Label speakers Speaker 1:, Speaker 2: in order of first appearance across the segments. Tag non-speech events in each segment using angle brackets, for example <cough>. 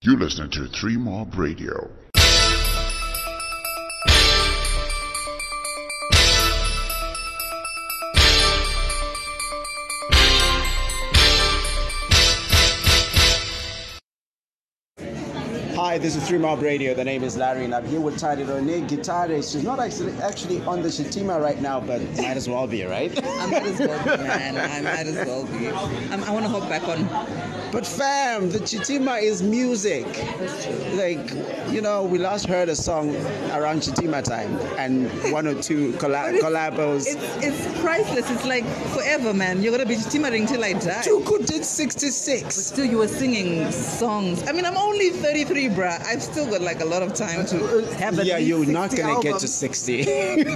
Speaker 1: You're listening to Three Mob Radio.
Speaker 2: Hi, this is Three Mob Radio. The name is Larry, and I'm here with Tari Rone, guitarist. She's not actually actually on the Shetima right now, but might as well be,
Speaker 3: <laughs>
Speaker 2: right?
Speaker 3: I might as well be, man. I might as well be. I'm, I want to hop back on.
Speaker 2: But fam, the Chitima is music. Like, you know, we last heard a song around Chitima time and one or two colla- collabos.
Speaker 3: It's it's priceless. It's like forever, man. You're gonna be timmering till I die.
Speaker 2: Tuku did 66.
Speaker 3: Still, you were singing songs. I mean, I'm only 33, bruh. I've still got like a lot of time to have. at
Speaker 2: Yeah,
Speaker 3: least
Speaker 2: you're not
Speaker 3: 60
Speaker 2: gonna get to
Speaker 3: albums. <laughs>
Speaker 2: 60.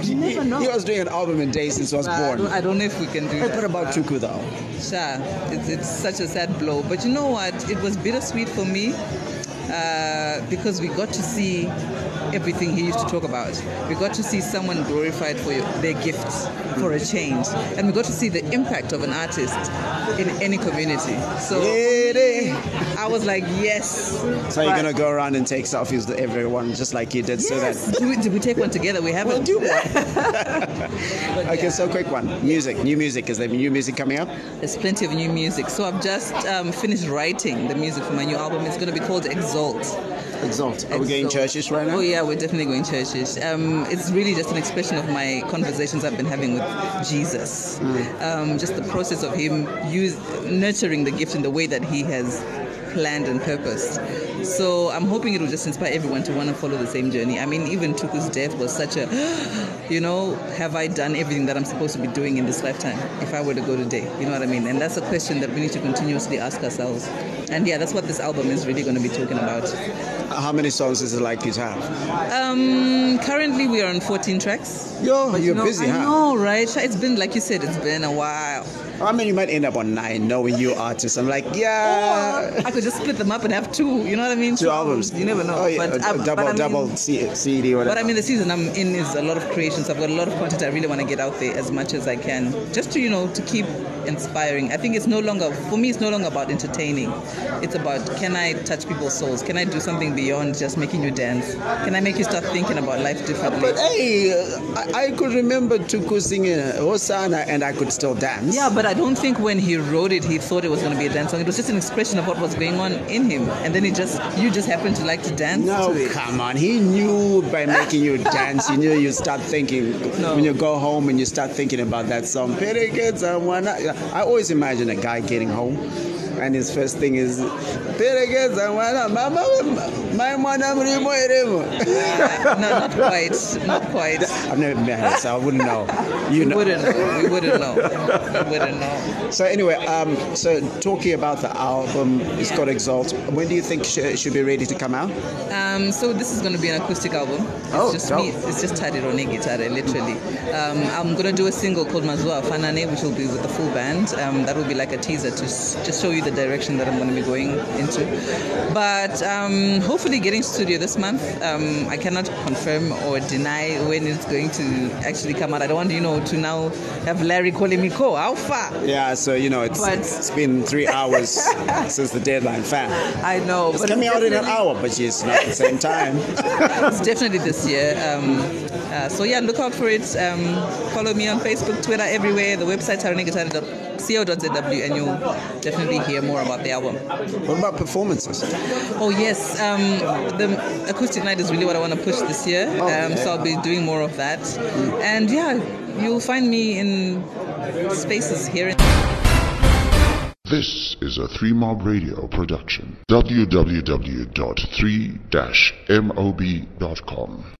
Speaker 2: you
Speaker 3: never know.
Speaker 2: He was doing an album a day since he was
Speaker 3: Bruh, I don't,
Speaker 2: born.
Speaker 3: I don't know if we can do that.
Speaker 2: What about
Speaker 3: bruh.
Speaker 2: Tuku though?
Speaker 3: Sure, it's, it's such a sad blow. But you know what? It was bittersweet for me uh, because we got to see everything he used to talk about. We got to see someone glorified for their gift, for a change. And we got to see the impact of an artist in any community. So
Speaker 2: Lady.
Speaker 3: I was like, yes.
Speaker 2: So you're
Speaker 3: Right.
Speaker 2: gonna go around and take selfies with everyone just like you did so that
Speaker 3: Yes. Do we, did we take one together? We haven't.
Speaker 2: do
Speaker 3: <laughs>
Speaker 2: one.
Speaker 3: But
Speaker 2: Okay,
Speaker 3: yeah.
Speaker 2: so oh, quick one. Music, new music. Is there new music coming up?
Speaker 3: There's plenty of new music. So I've just um, finished writing the music for my new album. It's going to be called Exalt.
Speaker 2: Exalt. Are we going
Speaker 3: Exalt.
Speaker 2: churches right now?
Speaker 3: Oh yeah, we're definitely going churches. Um, it's really just an expression of my conversations I've been having with Jesus.
Speaker 2: Hmm.
Speaker 3: Um, just the process of Him use, nurturing the gift in the way that He has planned and purposed. So I'm hoping it will just inspire everyone to want to follow the same journey. I mean, even Tuku's death was such a, <gasps> you know, have I done everything that I'm supposed to be doing in this lifetime if I were to go today? You know what I mean? And that's a question that we need to continuously ask ourselves. And yeah, that's what this album is really going to be talking about.
Speaker 2: How many songs is it likely to have?
Speaker 3: Um, currently we are on 14 tracks.
Speaker 2: Yo,
Speaker 3: But you
Speaker 2: you're
Speaker 3: know-
Speaker 2: busy,
Speaker 3: I
Speaker 2: huh?
Speaker 3: know, right? It's been like you said, it's been a while.
Speaker 2: I mean, you might end up on nine, knowing you artists. I'm like, yeah.
Speaker 3: Uh, I could just split them up and have two. You know what I mean?
Speaker 2: Oh. Two albums.
Speaker 3: Oh, You never know.
Speaker 2: Oh, yeah.
Speaker 3: But,
Speaker 2: uh,
Speaker 3: um,
Speaker 2: double,
Speaker 3: but I mean-
Speaker 2: double C- CD, whatever.
Speaker 3: But I mean, the season I'm in is a lot of creations. I've got a lot of content. I really want to get out there as much as I can, just to you know, to keep inspiring. I think it's no longer for me. It's no longer about entertaining. It's about can I touch people's souls? Can I do something beyond just making you dance? Can I make you start thinking about life differently?
Speaker 2: But hey, uh, I, I could remember Tuku singing Hosanna and I could still dance.
Speaker 3: Yeah, but I don't think when he wrote it, he thought it was going to be a dance song. It was just an expression of what was going on in him, and then he just you just happened to like to dance
Speaker 2: No,
Speaker 3: to it.
Speaker 2: come on. He knew by making you dance, he knew you start thinking
Speaker 3: No.
Speaker 2: when you go home and you start thinking about that song. Pretty good, someone. I always imagine a guy getting home and his first thing is, Pretty good, someone. My mama, my mama, remo, remo."
Speaker 3: Uh, no, not quite, not quite.
Speaker 2: I've never met her, so I wouldn't know. <laughs> You
Speaker 3: We
Speaker 2: know.
Speaker 3: wouldn't know. We wouldn't know. We wouldn't know.
Speaker 2: So anyway, um, so talking about the album, it's called Exalt. When do you think sh- it should be ready to come out?
Speaker 3: Um, so this is going to be an acoustic album. It's
Speaker 2: Oh,
Speaker 3: just
Speaker 2: dope.
Speaker 3: me. It's just Tadirone guitar, literally. Um, I'm going to do a single called Mazua Fanane, which will be with the full band. Um, that will be like a teaser to s- just show you the direction that I'm going to be going into. But um, hopefully, getting studio this month. Um, I cannot confirm or deny when it's going to actually come out. I don't want you know to now have Larry calling me, "Co, how far?"
Speaker 2: Yeah, so you know, it's,
Speaker 3: But-
Speaker 2: it's been three <laughs> hours since the deadline. Fan.
Speaker 3: I know.
Speaker 2: It's
Speaker 3: but
Speaker 2: coming out in an
Speaker 3: definitely-
Speaker 2: hour, but it's not at the same time.
Speaker 3: It's definitely this year. Um, uh, so yeah, look out for it. Um, follow me on Facebook, Twitter, everywhere. The website taraniguitar.co.zw, and you'll definitely hear more about the album.
Speaker 2: what about performances?
Speaker 3: Oh yes, um, the acoustic night is really what I want to push this year.
Speaker 2: Oh,
Speaker 3: Um, so
Speaker 2: yeah.
Speaker 3: I'll be doing more of that. And yeah, you'll find me in spaces here. and
Speaker 1: This is a Three Mob Radio production. www.3-mob.com.